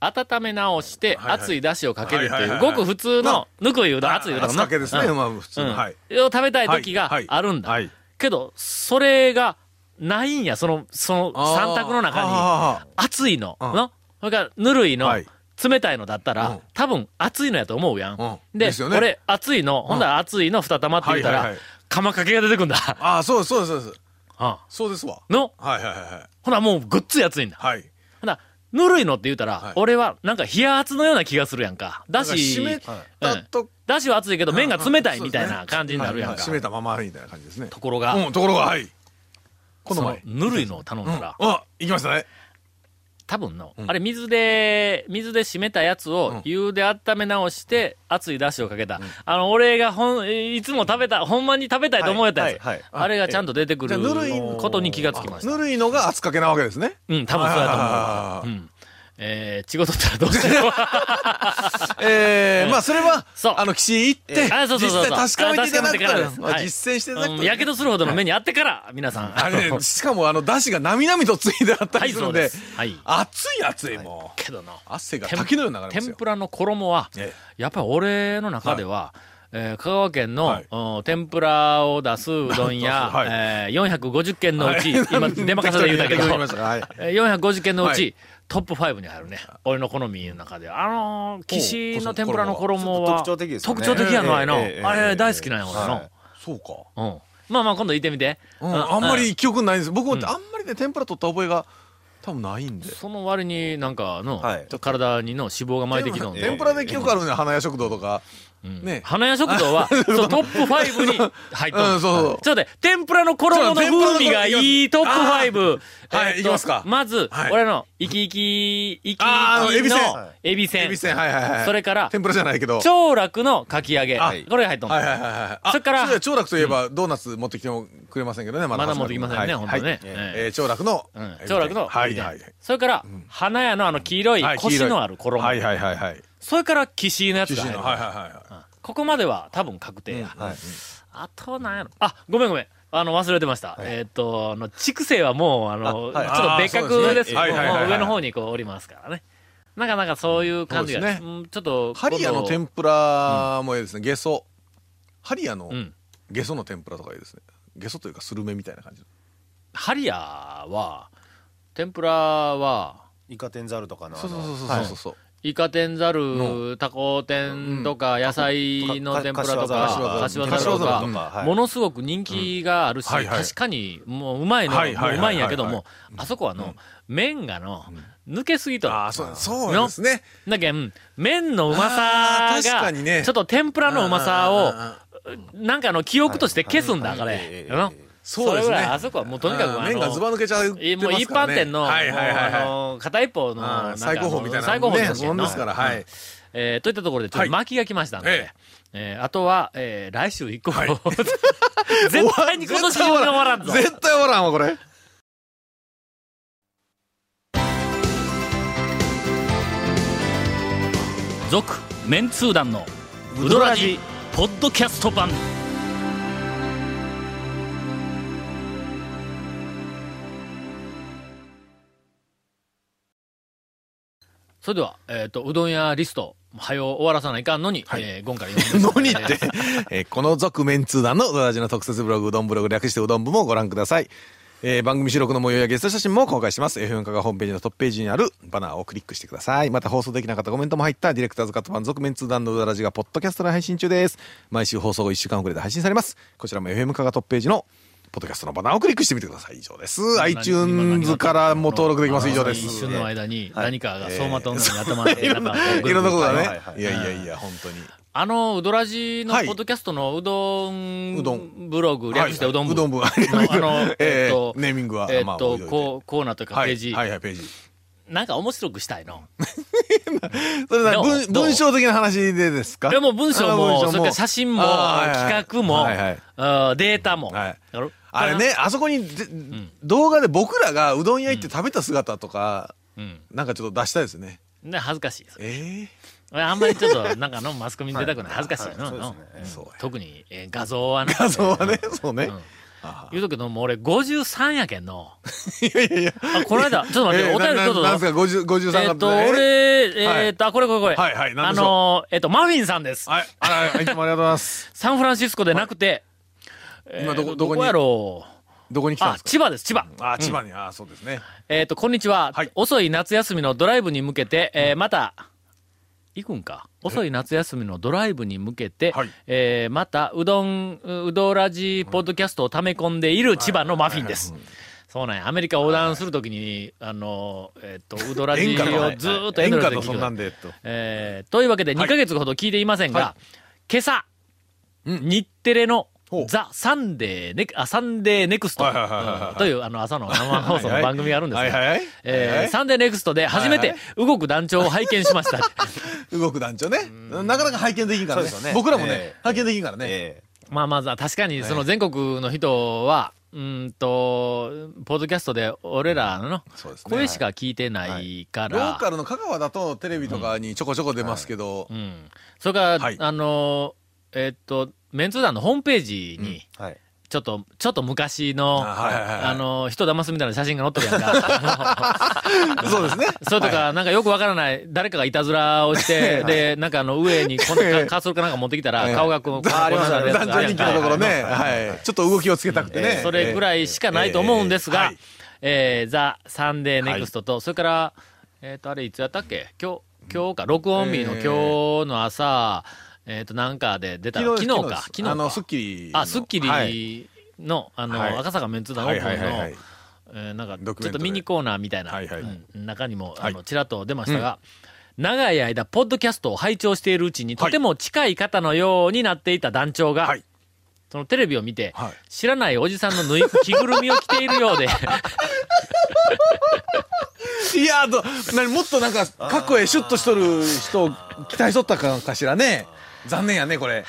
Speaker 1: 温め直して、
Speaker 3: はいはい
Speaker 1: 熱い出汁をかけるって
Speaker 3: はい
Speaker 1: い
Speaker 3: は
Speaker 1: う、
Speaker 3: い
Speaker 1: ご
Speaker 3: はいはい
Speaker 1: く普通の、ぬくいうどん、
Speaker 3: あ
Speaker 1: 熱いうどん
Speaker 3: あ
Speaker 1: の
Speaker 3: 熱
Speaker 1: な
Speaker 3: かけですね、
Speaker 1: うん
Speaker 3: まあ普通
Speaker 1: う
Speaker 3: の
Speaker 1: ん
Speaker 3: はい
Speaker 1: を食べたい時が
Speaker 3: はいはい
Speaker 1: あるんだ。
Speaker 3: はい
Speaker 1: けど、それが、ないんや、その、その、三択の中に、
Speaker 3: あ
Speaker 1: 熱いの、
Speaker 3: うん
Speaker 1: のそれから、ぬるいの、
Speaker 3: はい
Speaker 1: 冷たいのだったら、
Speaker 3: うん
Speaker 1: 多分、熱いのやと思うやん。
Speaker 3: うん
Speaker 1: で、
Speaker 3: ですよね
Speaker 1: 俺、熱いの、ほんなら熱いの二玉って言ったら、
Speaker 3: はいはいはい
Speaker 1: 釜かけが出てくんだ。
Speaker 3: あああそうですそうですそうです
Speaker 1: うん
Speaker 3: そうですわ
Speaker 1: の、
Speaker 3: はいはいはい
Speaker 1: ほなもうごっつい熱いんだ。
Speaker 3: はいはい
Speaker 1: ほな、ぬるいのって言うたら、
Speaker 3: はい
Speaker 1: 俺はなんか冷や熱のような気がするやんか。だ
Speaker 3: なんか
Speaker 1: し、
Speaker 3: 湿ったと
Speaker 1: だしは熱いけど麺が冷たいみたい
Speaker 3: うんう
Speaker 1: なん感じになるやん
Speaker 3: はい
Speaker 1: か。
Speaker 3: 締めたままみたいな感じですね
Speaker 1: ところが、
Speaker 3: うんところがはいこの
Speaker 1: その
Speaker 3: 前
Speaker 1: ぬるいのを頼んだら、
Speaker 3: あ行きましたね
Speaker 1: 多分の、
Speaker 3: ん
Speaker 1: あれ水で、水で締めたやつ
Speaker 3: う
Speaker 1: を
Speaker 3: ん
Speaker 1: 湯で温め直して、熱いだしをかけた。あの、俺がほん、えーいつも食べた、ほんまに食べたいと思うやったやつ。
Speaker 4: はいはい
Speaker 1: あれがちゃんと出てくる
Speaker 3: じゃあぬるいの
Speaker 1: ことに気がつきました。
Speaker 3: ぬるいのが厚かけなわけですね
Speaker 1: うん、多分そうやと思うわ
Speaker 3: あ。ー
Speaker 1: うん。えー、血ごとったらどうしたの
Speaker 3: ええまあそれは
Speaker 1: そう
Speaker 3: あの岸行って
Speaker 1: あそうそうそうそう
Speaker 3: 実際確かめていた
Speaker 1: あ確か
Speaker 3: だくか
Speaker 1: めてから
Speaker 3: ら
Speaker 1: です
Speaker 3: ま
Speaker 1: は
Speaker 3: あ
Speaker 1: い
Speaker 3: 実践していただく
Speaker 1: うん
Speaker 3: と
Speaker 1: やけどするほどの目にあってから、皆さん。
Speaker 3: あれ
Speaker 1: の
Speaker 3: ねしかもあの出汁がなみなみとついてあった
Speaker 1: は
Speaker 3: り
Speaker 1: い、
Speaker 3: す
Speaker 1: そう
Speaker 3: る
Speaker 1: んで。
Speaker 3: です
Speaker 1: はい。
Speaker 3: 熱い熱いもう
Speaker 1: けどな、
Speaker 3: 汗が
Speaker 1: 天
Speaker 3: 滝のように流れます
Speaker 1: 天
Speaker 3: よ
Speaker 1: ぷらの衣は、
Speaker 3: え
Speaker 1: やっぱり俺の中では、えー香川県の、
Speaker 3: はい
Speaker 1: うん天ぷらを出すうどん屋、
Speaker 3: はい
Speaker 1: えー450軒のうち、
Speaker 3: はい
Speaker 1: 今、出まかせで言うたけど、
Speaker 3: 適当に言いましたはい
Speaker 1: えー450軒のうち、
Speaker 3: はい
Speaker 1: トップ5に入るね。俺の好みの中で。あのー、岸の天ぷらの衣
Speaker 4: ちょ
Speaker 1: は、
Speaker 4: っと特徴的ですよね
Speaker 1: 特徴的やのあれの、
Speaker 4: ええええ
Speaker 1: あれ大好きなんや、俺の、
Speaker 4: はい
Speaker 3: そうか
Speaker 1: うん。まあまあ今度行ってみて。
Speaker 3: うん
Speaker 1: う
Speaker 3: あんまり記憶ないです僕もあんまりね天ぷら取った覚えが多分ないんで
Speaker 1: その割になんかの、
Speaker 4: はい
Speaker 1: 体にの脂肪が巻いてきたので。
Speaker 3: 天ぷらで記憶あるね花屋食堂とかね
Speaker 1: 花屋食 堂は、そう、トップ5に入っと
Speaker 3: うんんそうそう
Speaker 1: ちょっと待って、天ぷらの衣の風味がいいトップ5。
Speaker 3: あーはい
Speaker 1: えっと
Speaker 3: いきますか
Speaker 1: まず
Speaker 3: は、い
Speaker 1: 俺の、生き生き、生き
Speaker 3: あーあの
Speaker 1: 生きの
Speaker 3: は、
Speaker 1: エビせん。
Speaker 3: エビせんはいはいはい
Speaker 1: それから、
Speaker 3: 天ぷらじゃないけど
Speaker 1: 長楽のかき揚げ。
Speaker 3: あ
Speaker 1: これが入っとんの
Speaker 3: はいはいはいはいあ
Speaker 1: それから
Speaker 3: うや長楽といえばドーナツ持ってきてもくれませんけどねま
Speaker 1: まだ持ってきませんね、
Speaker 3: はい
Speaker 1: ほんとね。
Speaker 3: はいえ
Speaker 1: え
Speaker 3: ー長楽の
Speaker 1: えうん長楽の
Speaker 3: は
Speaker 1: エ
Speaker 3: い
Speaker 1: ビせん
Speaker 3: はいはい
Speaker 1: それから、花屋のあの黄色い
Speaker 3: はい黄色い
Speaker 1: 腰のある衣。
Speaker 3: はいはいはいはい
Speaker 1: それから、岸井のやつが入る。
Speaker 3: はいはいはいは
Speaker 1: ここまでは多分確定や。
Speaker 4: はい
Speaker 1: あとなんやろ。あ、ごめんごめん。あの、忘れてました。えーっ、と、あの、畜生はもう、あの、
Speaker 4: はい
Speaker 1: ちょっと別格ですけど、
Speaker 3: あーそうですねはいはいはいはい
Speaker 1: もう上の方にこうおりますからね。なかなかそういう感じが、
Speaker 3: そうですね
Speaker 1: うんちょっと、
Speaker 3: いハリアの天ぷらもいいですねゲソハリアの
Speaker 1: うん
Speaker 3: ゲソの天ぷらとかいいですねゲソというかスルメみたいな感じ
Speaker 1: ハリアは、天ぷらは、
Speaker 4: イカ天ざるとかのあ
Speaker 3: そう
Speaker 4: の
Speaker 3: そうそうそうそうそう
Speaker 1: イカ天ざる、タコ天とか、野菜の天ぷらとか、
Speaker 3: 柏
Speaker 1: 柏
Speaker 3: 皿
Speaker 1: 皿と
Speaker 3: 柏皿と
Speaker 1: か、
Speaker 4: か
Speaker 1: ものすごく人気があるし、
Speaker 3: うんはいはい
Speaker 1: 確かに、もううまいの、
Speaker 3: はいはいはいはいはいう
Speaker 1: まいんやけども、あそこはの、麺がの、抜けすぎとる。
Speaker 3: ああ、そう、そうですね。
Speaker 1: だけん、麺のうまさ
Speaker 3: あー確か
Speaker 1: が、
Speaker 3: にね
Speaker 1: ちょっと天ぷらのうまさ
Speaker 3: うんう
Speaker 1: を
Speaker 3: んうんうん、
Speaker 1: なんかあの記憶として消すんだ、こ
Speaker 3: はい
Speaker 1: れ。
Speaker 3: はい
Speaker 1: うん
Speaker 3: そうですね
Speaker 1: れぐらい、あそこはもうとにかく
Speaker 3: あ
Speaker 1: あ
Speaker 3: ー
Speaker 1: の、
Speaker 3: 麺がズバ抜けちゃう。
Speaker 1: えもう一般店の、
Speaker 3: はいはいはいは
Speaker 1: もうあ
Speaker 3: い。
Speaker 1: の片一方の
Speaker 3: あ
Speaker 1: な
Speaker 3: ー
Speaker 1: んか
Speaker 3: 最高峰みたいな。
Speaker 1: 最高峰
Speaker 3: ねそんですから、はい。
Speaker 1: えーといったところで、ちょっと巻きが来ましたんで、
Speaker 3: は
Speaker 1: え
Speaker 3: い
Speaker 1: ーあとは、えー来週以降、 絶対に今年中に終わらんぞ。
Speaker 3: 絶対終わらんわ、これ。
Speaker 1: 続、メンツー団の、ウドラジ、ポッドキャスト版。それでは、えっ、と、うどん屋リスト、はよ終わらさないかんのに、えー、ゴンから読んで
Speaker 3: 何言って。えーこの続面通談のうどらじの特設ブログ、うどんブログ略してうどん部もご覧ください。えー番組収録の模様やゲスト写真も公開してます。F4 課がホームページのトップページにあるバナーをクリックしてください。また放送できなかったコメントも入ったディレクターズカット版続面通談のうどらじがポッドキャストで配信中です。毎週放送後1週間遅れで配信されます。こちらも FM 課がトップページのポッドキャストのバナーをクリックしてみてください。以上です。iTunes からも登録できます。以上です。
Speaker 1: 一瞬の間に何かが
Speaker 3: えー
Speaker 1: 走馬灯のように頭の中に
Speaker 3: いろんな、いろんなこと
Speaker 4: は
Speaker 3: が
Speaker 4: いはい
Speaker 3: ね
Speaker 4: は。い
Speaker 3: いやいやいや、本当に。
Speaker 1: あの、うどらじの
Speaker 3: はい
Speaker 1: ポッドキャストのうどん、
Speaker 3: うどん
Speaker 1: ブログ、略してうどん部。
Speaker 3: はいうどん部は、
Speaker 1: のあのえ
Speaker 3: え
Speaker 1: っ
Speaker 3: ー
Speaker 1: と、
Speaker 3: ネーミングは
Speaker 1: えっ
Speaker 3: まあ
Speaker 1: と
Speaker 3: 置い、といて
Speaker 1: こうコーナーというかページ
Speaker 3: は、いはいはい、ページ。
Speaker 1: なんか面白くしたいの。
Speaker 3: それな
Speaker 1: どう
Speaker 3: 文
Speaker 1: どう
Speaker 3: 文章的な話でですか
Speaker 1: でも文章も、
Speaker 3: あー文
Speaker 1: それから写真も、
Speaker 3: あーはいはい
Speaker 1: 企画も、
Speaker 3: はいはい
Speaker 1: あーデータも。
Speaker 3: はい
Speaker 1: やろ
Speaker 3: あれ。ね、あそこにで、動画で僕らがうどん屋行って食べた姿とか、
Speaker 1: うん。
Speaker 3: なんかちょっと出したいですね。
Speaker 1: ね、恥ずかしいです。
Speaker 3: え
Speaker 1: あんまりちょっと、なんかの、マスコミに出た くない。恥ずかしいの。の
Speaker 3: えそうや。
Speaker 1: 特に、えー画像はな。
Speaker 3: 画像はね、そうね。
Speaker 1: 言うとくけど、もう俺53やけんの。
Speaker 3: いやいやいや。
Speaker 1: あ、この間、ちょっと待って、
Speaker 3: えー
Speaker 1: お便り
Speaker 3: な
Speaker 1: どうぞ。
Speaker 3: ななんですか、50 53
Speaker 1: え
Speaker 3: だ
Speaker 1: っと、
Speaker 3: えー
Speaker 1: 俺、えーっと、あこれこれこれ。
Speaker 3: はいはい
Speaker 1: あ
Speaker 3: 何でしょう
Speaker 1: のー、えっと、マフィンさんです。
Speaker 3: はい、あら、いつもありがとうございます。
Speaker 1: サンフランシスコでなくて、 えー
Speaker 3: 今どこどこに
Speaker 1: やろう。
Speaker 3: どこに来たん
Speaker 1: あ
Speaker 3: で、す
Speaker 1: 千葉です、千葉。
Speaker 3: かあ、千葉に、あ、そうですね。
Speaker 1: えっと、こんにちは
Speaker 3: はい。
Speaker 1: 遅い夏休みのドライブに向けて、えーまた、行くんか。遅い夏休みのドライブに向けて
Speaker 3: はい、
Speaker 1: えーまた、うどん、うどらじポッドキャストを溜め込んでいる千葉のマフィンです。そうなんや。アメリカ横断するときに、あのー、えっと、うどらじを
Speaker 3: 演歌の、
Speaker 1: ずーっと
Speaker 3: 演
Speaker 1: ドレス
Speaker 3: 歌
Speaker 1: で聞
Speaker 3: の
Speaker 1: いて
Speaker 3: そ
Speaker 1: くださ
Speaker 3: んないんで、と。
Speaker 1: えーというわけで2ヶ月ほど聞いていませんが、
Speaker 3: は
Speaker 1: 今朝、
Speaker 3: うん
Speaker 1: 日テレの
Speaker 3: ほう
Speaker 1: ザ・サンデーネク、あ、サンデーネクスト
Speaker 3: はいはいはいはいはい
Speaker 1: うんというあの朝の生放送の
Speaker 3: はいはい
Speaker 1: 番組があるんです
Speaker 3: はいはい
Speaker 1: が
Speaker 3: はい、
Speaker 1: えーサンデーネクストで初めて動く団長を拝見しました。
Speaker 3: 動く団長ね。なかなか拝見できんからね
Speaker 4: そうですよ。ね
Speaker 3: 僕らも
Speaker 4: え
Speaker 3: ね、
Speaker 4: え
Speaker 3: 拝見できんからね。
Speaker 4: え
Speaker 1: まあまずは確かにその全国の人は、うーんと、ポッドキャストで俺らの
Speaker 3: そうですね
Speaker 1: 声しか聞いてないか
Speaker 3: ロ
Speaker 1: ら
Speaker 3: ー、カルの香川だとテレビとかにちょこちょこ出ますけど
Speaker 1: う、んそれから、
Speaker 3: はい
Speaker 1: あの、えっと、メンツー団のホームページに、
Speaker 4: えはい。
Speaker 1: ちょっと、ちょっと昔の、
Speaker 3: あはいはいはい
Speaker 1: あの、人騙すみたいな写真が載っとるやん か。
Speaker 3: そうですね。
Speaker 1: それとか、なんかよくわからない、誰かがいたずらをして、で、なんかあの、上にこんな
Speaker 3: ええ
Speaker 1: カーソルかなんか持ってきたら
Speaker 3: え、え
Speaker 1: 顔がこう、こんな
Speaker 4: ありま す
Speaker 1: こんな
Speaker 3: 団長
Speaker 1: や
Speaker 3: 人
Speaker 1: つ
Speaker 3: 気
Speaker 1: があるや
Speaker 3: のと
Speaker 1: ん
Speaker 3: こ
Speaker 1: か
Speaker 3: ろね、はい。ちょっと動きをつけたくてね。
Speaker 1: それぐらいしかないと思うんです
Speaker 3: ええ
Speaker 1: が
Speaker 3: えええ、
Speaker 1: えーザ・サンデー・ネクストと、それから、えっと、あれいつやったっけ今日、今日か、録音日の
Speaker 3: ええ
Speaker 1: 今日の朝、えっと、なんかで出た、
Speaker 3: え
Speaker 1: 昨日
Speaker 3: え
Speaker 1: か、昨日
Speaker 3: あの、
Speaker 1: か。
Speaker 3: スッキリ。
Speaker 1: あ、スッキ
Speaker 3: はい
Speaker 1: リの、あ
Speaker 3: はい
Speaker 1: の、赤坂メンツー団オ
Speaker 3: はい
Speaker 1: ープ
Speaker 3: はい
Speaker 1: ン
Speaker 3: はいは
Speaker 1: の
Speaker 3: い、。
Speaker 1: えーなんか
Speaker 3: ドキ
Speaker 1: ちょっ
Speaker 3: ュメ
Speaker 1: と
Speaker 3: ントで
Speaker 1: ミニコーナーみたいな、
Speaker 3: はいはいはい
Speaker 1: うん中にもあ
Speaker 3: はい
Speaker 1: のちらっと出ましたが、長い間、ポッドキャストを拝聴しているうちに、とても近い方のようになっていた団長が、
Speaker 3: はい
Speaker 1: そのテレビを見て、
Speaker 3: はい
Speaker 1: 知らないおじさんのぬい 着ぐるみを着ているよう で、
Speaker 3: いや、ど、なにもっとなんか、かっこええ、シュッとしとる人を期待しとったかかしらね。残念やね、これ。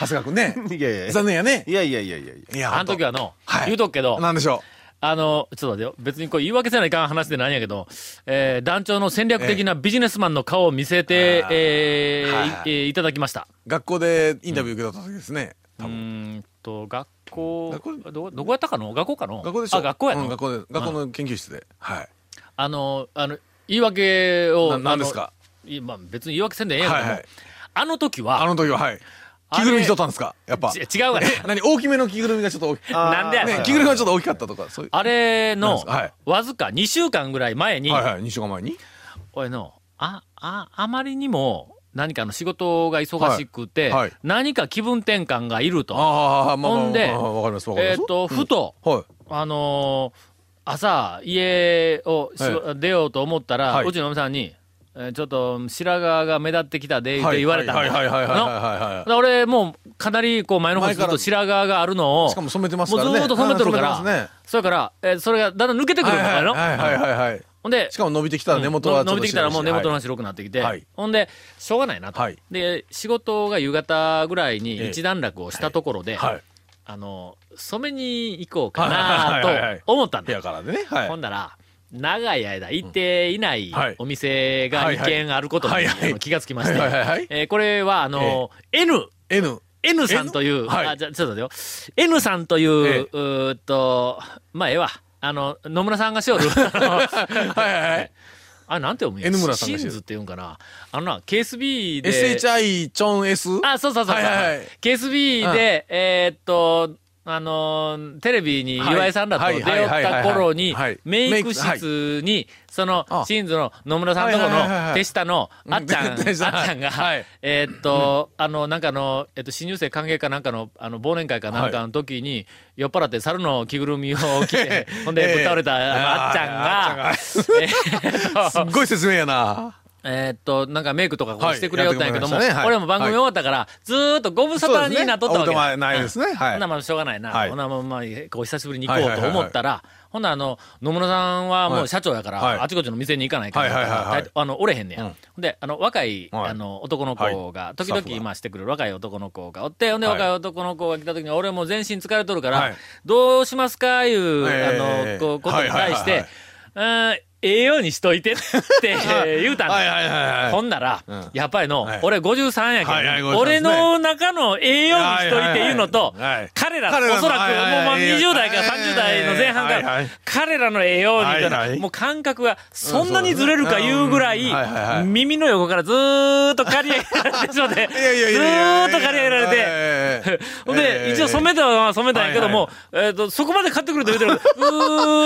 Speaker 3: 長谷川く んね。
Speaker 4: いやいやいや
Speaker 3: 残念やね。
Speaker 4: いやいやいやいやいや。
Speaker 3: いや
Speaker 1: あの時はの、
Speaker 3: はい
Speaker 1: 言うとくけど、
Speaker 3: なんでしょ
Speaker 1: あの、ちょっと待ってよ。別にこう言い訳せないかん話でないんやけど、えー団長の戦略的なビジネスマンの顔を見せて、えー
Speaker 3: はい
Speaker 1: いえーいただきました。
Speaker 3: う。学校でインタビュー受けた時ですね。
Speaker 1: うーんと、学校
Speaker 3: 学、校
Speaker 1: どこ、どこやったかの学校かの
Speaker 3: 学校でしょ
Speaker 1: あ、学校や
Speaker 3: う
Speaker 1: の、
Speaker 3: ん学校で、学校の研究室で。はい。
Speaker 1: あの、あの、言い訳を。
Speaker 3: な
Speaker 1: あ
Speaker 3: 何
Speaker 1: の
Speaker 3: ですか
Speaker 1: いまあ別に言い訳せんでええんやけども、
Speaker 3: はいはい
Speaker 1: あの時は、
Speaker 3: あの時は、はい。着ぐるみしとったんですかやっぱ
Speaker 1: ち。違うわね。
Speaker 3: え 何大きめの着ぐるみがちょっと大きい。
Speaker 1: なんでやねん
Speaker 3: ね、着ぐるみがちょっと大きかったとか、そういう。
Speaker 1: あれ
Speaker 3: なん
Speaker 1: の、
Speaker 3: ですかはい
Speaker 1: わずか2週間ぐらい前に、
Speaker 3: はいはい、西岡前に。
Speaker 1: 俺の、あ、あ、あまりにも、何かの仕事が忙しくて、
Speaker 3: はいはい
Speaker 1: 何か気分転換がいると。
Speaker 3: ああ、まあ、ま
Speaker 1: ほ
Speaker 3: あ
Speaker 1: んで
Speaker 3: まあわかります、わかり
Speaker 1: えっ、
Speaker 3: ます。
Speaker 1: と、ふと、
Speaker 3: はい。
Speaker 1: あのー朝、家をし、
Speaker 3: は
Speaker 1: 出ようと思ったら、
Speaker 3: はいう
Speaker 1: ちの嫁さんに、えーちょっと、白髪が目立ってきたで、って言われたんだ
Speaker 3: はいはいはいはいはい
Speaker 1: の
Speaker 3: はいはい
Speaker 1: だから俺、もう、かなり、こう、前の方ずっと白髪があるのを、
Speaker 3: しかも染めてますからね
Speaker 1: もうずっと染めとるか
Speaker 3: うん
Speaker 1: ら、
Speaker 3: 染めてますね
Speaker 1: それから、えーそれがだんだん抜けてくるから
Speaker 3: はい
Speaker 1: の。
Speaker 3: はいはいはいはいはい
Speaker 1: ほんで
Speaker 3: し、かも伸びてきたら根元
Speaker 1: う
Speaker 3: は
Speaker 1: ん
Speaker 3: ちょ
Speaker 1: 伸
Speaker 3: っと
Speaker 1: び
Speaker 3: 白いし
Speaker 1: てきたらもう根元の白くなってきて、
Speaker 3: はい
Speaker 1: ほんで、しょうがないなと。
Speaker 3: はい
Speaker 1: で、仕事が夕方ぐらいに一段落をしたところで、
Speaker 3: はい
Speaker 1: あの、染めに行こうか
Speaker 3: はいはいはいは
Speaker 1: ないと思ったん
Speaker 3: 部
Speaker 1: だ。
Speaker 3: 屋からでねはい
Speaker 1: ほんなら、長い間行っていない
Speaker 3: うんはい
Speaker 1: お店が2軒あることに
Speaker 3: はいはい
Speaker 1: あの気がつきまして、
Speaker 3: はいはいはい
Speaker 1: えーこれは、あの、N、
Speaker 3: N
Speaker 1: N さんという、
Speaker 3: はい
Speaker 1: あ、じゃ、ちょっと待ってよ。N さんという、
Speaker 3: ええ
Speaker 1: うーっと、まあ、ええわ。あの、野村さんがし よる。あの
Speaker 3: はいはいはい
Speaker 1: あれ、なんて読むんや
Speaker 3: N 村さん
Speaker 1: シ
Speaker 3: がしよる
Speaker 1: ンズって言うんかな。あのな、KSB で。
Speaker 3: SHI チョン S
Speaker 1: あ、そうそうそうそう。
Speaker 3: はいはいはい
Speaker 1: KSB で、えーっと、あのー、テレビに
Speaker 3: はい
Speaker 1: 岩井さんだと
Speaker 3: は
Speaker 1: 出
Speaker 3: い
Speaker 1: 会った頃に
Speaker 3: はいはいはいはいはい、
Speaker 1: メイク室に、その、
Speaker 3: あ
Speaker 1: シンズの野村さんとこ
Speaker 3: はいはいはいは
Speaker 1: の
Speaker 3: い
Speaker 1: 手下のあっちゃん、あっ
Speaker 3: うん
Speaker 1: ち
Speaker 3: 手下
Speaker 1: ゃんが
Speaker 3: はい、
Speaker 1: えーっと、あの、なんかあの、えっと、新入生歓迎かなんかの、あの、忘年会かなんかの時に、酔っ払って猿の着ぐるみを着 て、ほんで、ぶっ倒れたあのあっち
Speaker 3: あ
Speaker 1: ゃ んが、えーっと
Speaker 3: すっごい説明やな
Speaker 1: えーっと、なんかメイクとかこう
Speaker 3: はい
Speaker 1: してくれよったんやけども、
Speaker 3: やってくれましたねはい
Speaker 1: 俺も番組終わったから、ずーっとご無沙汰になっとったわ
Speaker 3: そう
Speaker 1: け
Speaker 3: ですねお手
Speaker 1: だ。
Speaker 3: 前ないですね
Speaker 1: うん
Speaker 3: はい
Speaker 1: ほんならまあしょうがないな。
Speaker 3: はい
Speaker 1: ほんならまあまあ、こう久しぶりに行こうと思ったら、ほんならあの、野村さんはも
Speaker 3: は
Speaker 1: う
Speaker 3: い
Speaker 1: 社長やから、
Speaker 3: はい
Speaker 1: あちこちの店に行かないから、
Speaker 3: はいはいはいはい
Speaker 1: 大体あの、おれへんねや。
Speaker 3: うん
Speaker 1: ほんで、あの、若い、
Speaker 3: はい
Speaker 1: あの、男の子が、時
Speaker 3: スタッ
Speaker 1: 々
Speaker 3: フが
Speaker 1: まあしてくる若い男の子がおって、ほんで、
Speaker 3: はい
Speaker 1: 若い男の子が来た時に、俺もう全身疲れとるから、
Speaker 3: はい
Speaker 1: どうしますかいう、
Speaker 3: えー
Speaker 1: あの、こうことに対し
Speaker 3: はい
Speaker 1: て
Speaker 3: は、
Speaker 1: うーんええようにしといてって言うたんだ。
Speaker 3: はいはいはいはい
Speaker 1: ほんなら、
Speaker 3: うん
Speaker 1: やっぱりの、
Speaker 3: はい
Speaker 1: 俺53やけど、
Speaker 3: はいはい53
Speaker 1: 俺の中の栄養にしといていうのと、
Speaker 3: はいはいはい
Speaker 1: 彼ら、
Speaker 3: 彼らの
Speaker 1: おそらくも
Speaker 3: は
Speaker 1: う
Speaker 3: いはいはい
Speaker 1: まあ20代から
Speaker 3: はいはい
Speaker 1: 30代の前半から、
Speaker 3: はいはい
Speaker 1: 彼らの栄養にというのは、
Speaker 3: はいはい
Speaker 1: もう感覚がそんなにずれるかいうぐらい、
Speaker 3: うんはいはいはい
Speaker 1: 耳の横からずーっと刈り上げられてしまって、ず
Speaker 3: いやいやいやいや
Speaker 1: ーっと刈り上げられて、
Speaker 3: れ
Speaker 1: ほんで、一応染めたは染めたんやけども、えっと、そこまで買ってくると言うてるから、う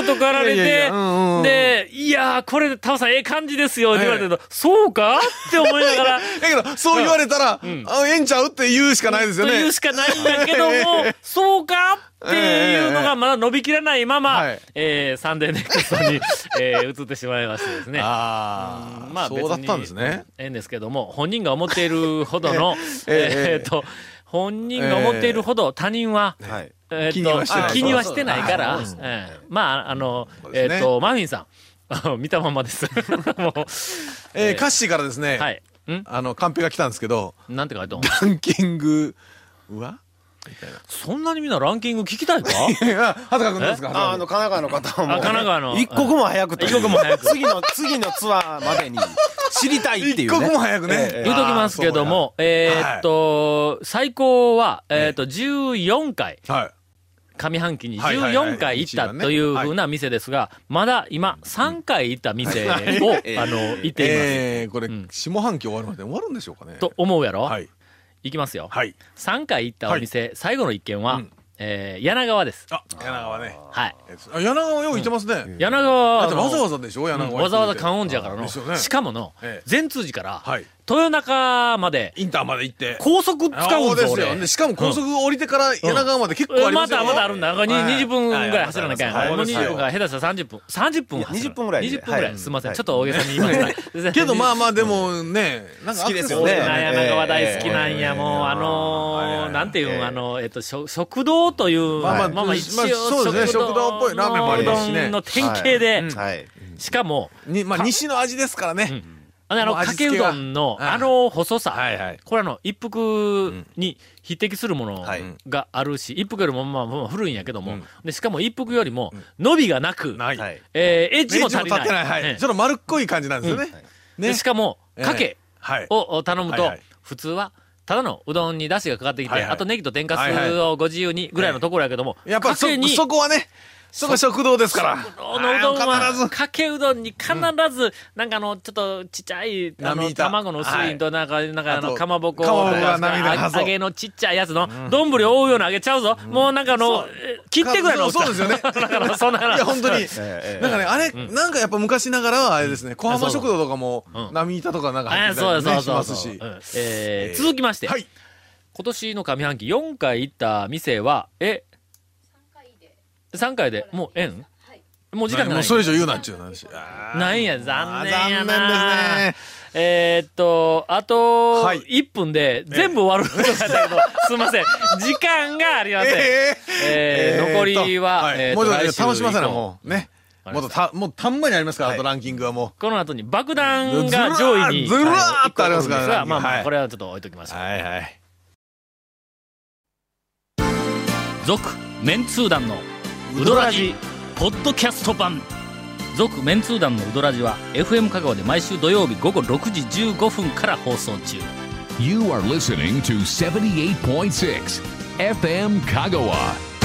Speaker 1: ーっとかられ
Speaker 3: いやいやい
Speaker 1: て
Speaker 3: やうんうん、
Speaker 1: で、いやー、これ、タオさん、ええ感じですよって言われてると、そうかって思いながら、
Speaker 3: だけど そう言われたらあええんちゃうって言うしかないです
Speaker 1: と
Speaker 3: よ
Speaker 1: い
Speaker 3: ね
Speaker 1: うしかないんだけども
Speaker 3: え、
Speaker 1: そうかっていうのがまだ伸びきらないまま
Speaker 3: はい、
Speaker 1: えーサンデーネクストに、えー移ってしまいましてですね。
Speaker 3: あ
Speaker 1: う
Speaker 3: あ
Speaker 1: んまあ
Speaker 3: そうだったんですね
Speaker 1: ええんですけども、本人が思っているほどの、
Speaker 3: えええ
Speaker 1: え
Speaker 3: え
Speaker 1: ーっと、本人が思っているほど他人は、
Speaker 3: はい
Speaker 1: えーっと
Speaker 3: 気にはしてない
Speaker 1: あ気にはしてないから、
Speaker 3: あ
Speaker 1: え
Speaker 3: そうです
Speaker 1: えまあ、あの、
Speaker 3: そう
Speaker 1: え
Speaker 3: ですね
Speaker 1: ーっと、マフィンさんあの、見たまんま です。もう、
Speaker 3: えー歌詞からですね
Speaker 1: はい。ん
Speaker 3: あのカンペが来たんですけど
Speaker 1: なんて書いてあるの
Speaker 3: ランキング は
Speaker 1: そんなにみんなランキング聞きたいか
Speaker 3: いや畑君どうですか
Speaker 6: ああの、神奈川の方はもう。
Speaker 1: あ神奈川の
Speaker 6: 一刻も早くという
Speaker 1: 一刻も早く
Speaker 6: 次の、次のツアーまでに知りたいってい
Speaker 3: 一
Speaker 6: うね。
Speaker 3: 刻も早くね
Speaker 1: 言うときますけども、えーっと、最高は、えーっと、14回、
Speaker 3: はい
Speaker 1: 上半期に
Speaker 3: はいはいはい
Speaker 1: 14回行った
Speaker 3: 一番ね
Speaker 1: というふうな店ですが、まだ今、3回行った店を、あの、行ってい
Speaker 3: えーこれ
Speaker 1: ん
Speaker 3: 下半期終わるまで終わるんでしょうかね
Speaker 1: ます。と思うやろ
Speaker 3: はい
Speaker 1: 行きますよ。
Speaker 3: はい
Speaker 1: 3回行ったお店、最後の一軒は、
Speaker 3: うん
Speaker 1: えー柳川です。
Speaker 3: あ柳川ね
Speaker 1: はい。
Speaker 3: あ柳川よう行ってますね
Speaker 1: 柳川は
Speaker 3: だっ
Speaker 1: あ
Speaker 3: て
Speaker 1: の
Speaker 3: わざわざでしょ柳
Speaker 1: うん
Speaker 3: 川
Speaker 1: わざわざ
Speaker 3: 観
Speaker 1: 観
Speaker 3: 音
Speaker 1: 音寺やからの、
Speaker 3: ですよね
Speaker 1: しかもの、
Speaker 3: ええ
Speaker 1: 善通寺から、
Speaker 3: はい
Speaker 1: 豊中まで
Speaker 3: インターまで行って
Speaker 1: 高速使うん
Speaker 3: あ
Speaker 1: です
Speaker 3: そう
Speaker 1: 俺
Speaker 3: よでしかも高速降りてから柳川まで結
Speaker 1: え
Speaker 3: 構ありま
Speaker 1: ます
Speaker 3: よ
Speaker 1: たまたあるんだ。なんかに
Speaker 3: はい
Speaker 1: 20分ぐらい走らなきゃいけない。
Speaker 3: はい
Speaker 1: もう20分から下手したら30分。30分は走らな
Speaker 6: 20分ぐらいで
Speaker 1: 20分ぐら。
Speaker 6: はいい
Speaker 1: すみません。
Speaker 6: はい
Speaker 1: ちょっと大げさに言いました。
Speaker 3: けどまあまあでもねなんか
Speaker 6: 好きです
Speaker 3: ア
Speaker 6: よ
Speaker 3: クセ
Speaker 6: ね
Speaker 3: ス
Speaker 1: な
Speaker 3: が
Speaker 1: や
Speaker 6: ええ
Speaker 1: ながは大好きなんや、
Speaker 3: ええ
Speaker 1: もう、あ
Speaker 3: はい
Speaker 1: の
Speaker 3: は
Speaker 1: ー、
Speaker 3: い
Speaker 1: なんていう
Speaker 6: ええ
Speaker 1: ん、あの、えっと、食食堂という、
Speaker 3: ま
Speaker 1: ま
Speaker 3: あま
Speaker 1: あ
Speaker 3: あ
Speaker 1: まあ一
Speaker 3: まあ
Speaker 1: 応、
Speaker 3: そうですね食堂っぽいラーメンもあ
Speaker 1: う
Speaker 3: り
Speaker 1: ど
Speaker 3: ますしね
Speaker 1: んの典型で、
Speaker 6: はい。
Speaker 1: しかも、
Speaker 3: にまあ西の味ですからね
Speaker 1: あの、あの
Speaker 3: もう
Speaker 1: か
Speaker 3: 味
Speaker 1: け
Speaker 3: 付
Speaker 1: う
Speaker 3: け
Speaker 1: ど
Speaker 3: が
Speaker 1: んの、
Speaker 3: はい
Speaker 1: あの細さ、
Speaker 3: はいはい
Speaker 1: これあの、一服に匹敵するもの
Speaker 6: はい
Speaker 1: があるし、一服よりもまあまあ古いんやけども、でしかも一服よりも伸びがなく、
Speaker 3: ない
Speaker 6: はい。
Speaker 1: えーエッジも足り
Speaker 3: 立
Speaker 1: な
Speaker 3: っ
Speaker 1: い。
Speaker 3: てないはい
Speaker 1: ええ
Speaker 3: ちょっと丸っこい感じなんですよね
Speaker 1: で
Speaker 3: ね
Speaker 1: しかも、
Speaker 3: ええ
Speaker 1: かけ
Speaker 3: はい
Speaker 1: を頼む
Speaker 3: は
Speaker 1: と
Speaker 3: いはい、
Speaker 1: 普通は、ただのうどんに出汁がかかってきて、
Speaker 3: はいはい
Speaker 1: あとネギと天か
Speaker 3: はい
Speaker 1: す
Speaker 3: は
Speaker 1: をご自由にぐらいのところやけども、
Speaker 3: やっぱり
Speaker 1: かけに
Speaker 3: そそこはねそこ食堂ですから。
Speaker 1: おのうどん
Speaker 3: あー必
Speaker 1: は
Speaker 3: ず
Speaker 1: かけうどんに必ず、なんかあのちょっとちっちゃいあ
Speaker 3: 波
Speaker 1: の
Speaker 3: 板
Speaker 1: 卵の薄いとなんかなんかあ
Speaker 3: あ
Speaker 1: の
Speaker 3: と
Speaker 1: かまぼこ
Speaker 3: かまぼこが
Speaker 1: とか
Speaker 3: 波板
Speaker 1: あ
Speaker 3: そう
Speaker 1: 揚げのちっちゃいやつの丼を覆うような揚げちゃうぞもうなんかあのえ切ってぐらいの大きさ
Speaker 3: そうそうですよね
Speaker 1: だからそんな話
Speaker 3: いや、本当に。
Speaker 6: ええ
Speaker 3: なんかね、あれ、なんかやっぱ昔ながらはあれですね、小浜食堂とかも
Speaker 1: うん、
Speaker 3: 波板とかなんか入
Speaker 1: あ
Speaker 3: って
Speaker 1: そ
Speaker 3: た
Speaker 1: う
Speaker 3: り
Speaker 1: そ
Speaker 3: ね
Speaker 1: う
Speaker 3: し
Speaker 1: そ
Speaker 3: ま
Speaker 1: うそ
Speaker 3: す
Speaker 1: う
Speaker 3: し
Speaker 1: う。んえー続きまして、
Speaker 3: はい。
Speaker 1: 今年の上半期4回行った店はえ3回でもう円もう時間が
Speaker 3: も
Speaker 1: な
Speaker 3: う
Speaker 1: い
Speaker 3: それ以上言うなんちゅう話。あー
Speaker 1: ないんや残念やな
Speaker 3: 残念ですね。
Speaker 1: えーっと、あと、
Speaker 3: はい
Speaker 1: 1分で全部終わることだったけ ど、すいません。時間がありません。
Speaker 3: え
Speaker 1: えー
Speaker 3: ー
Speaker 1: 残りは、
Speaker 3: はい
Speaker 1: えーっ
Speaker 3: もう
Speaker 1: と
Speaker 3: ちょっと
Speaker 1: 来週
Speaker 3: 楽しませ
Speaker 1: 以
Speaker 3: な、
Speaker 1: 降
Speaker 3: もう。ね。
Speaker 1: わかり
Speaker 3: もっ
Speaker 1: ま
Speaker 3: と、
Speaker 1: した
Speaker 3: もうたんまにありますから、あとランキングはも
Speaker 1: この後に爆弾が上位に。
Speaker 3: ずらーずらーっとありますから
Speaker 1: は
Speaker 3: ね
Speaker 1: いまあま
Speaker 3: は
Speaker 1: あ、
Speaker 3: い
Speaker 1: これはちょっと置いときまし
Speaker 3: う。
Speaker 1: ょう。
Speaker 3: はいはい。
Speaker 1: 続、メンツー団のウドラジ、ポッドキャスト版。続、メンツー団のウドラジは、FM 香川で毎週土曜日午後6時15分から放送中。
Speaker 2: You are listening to 78.6 FM Kagawa.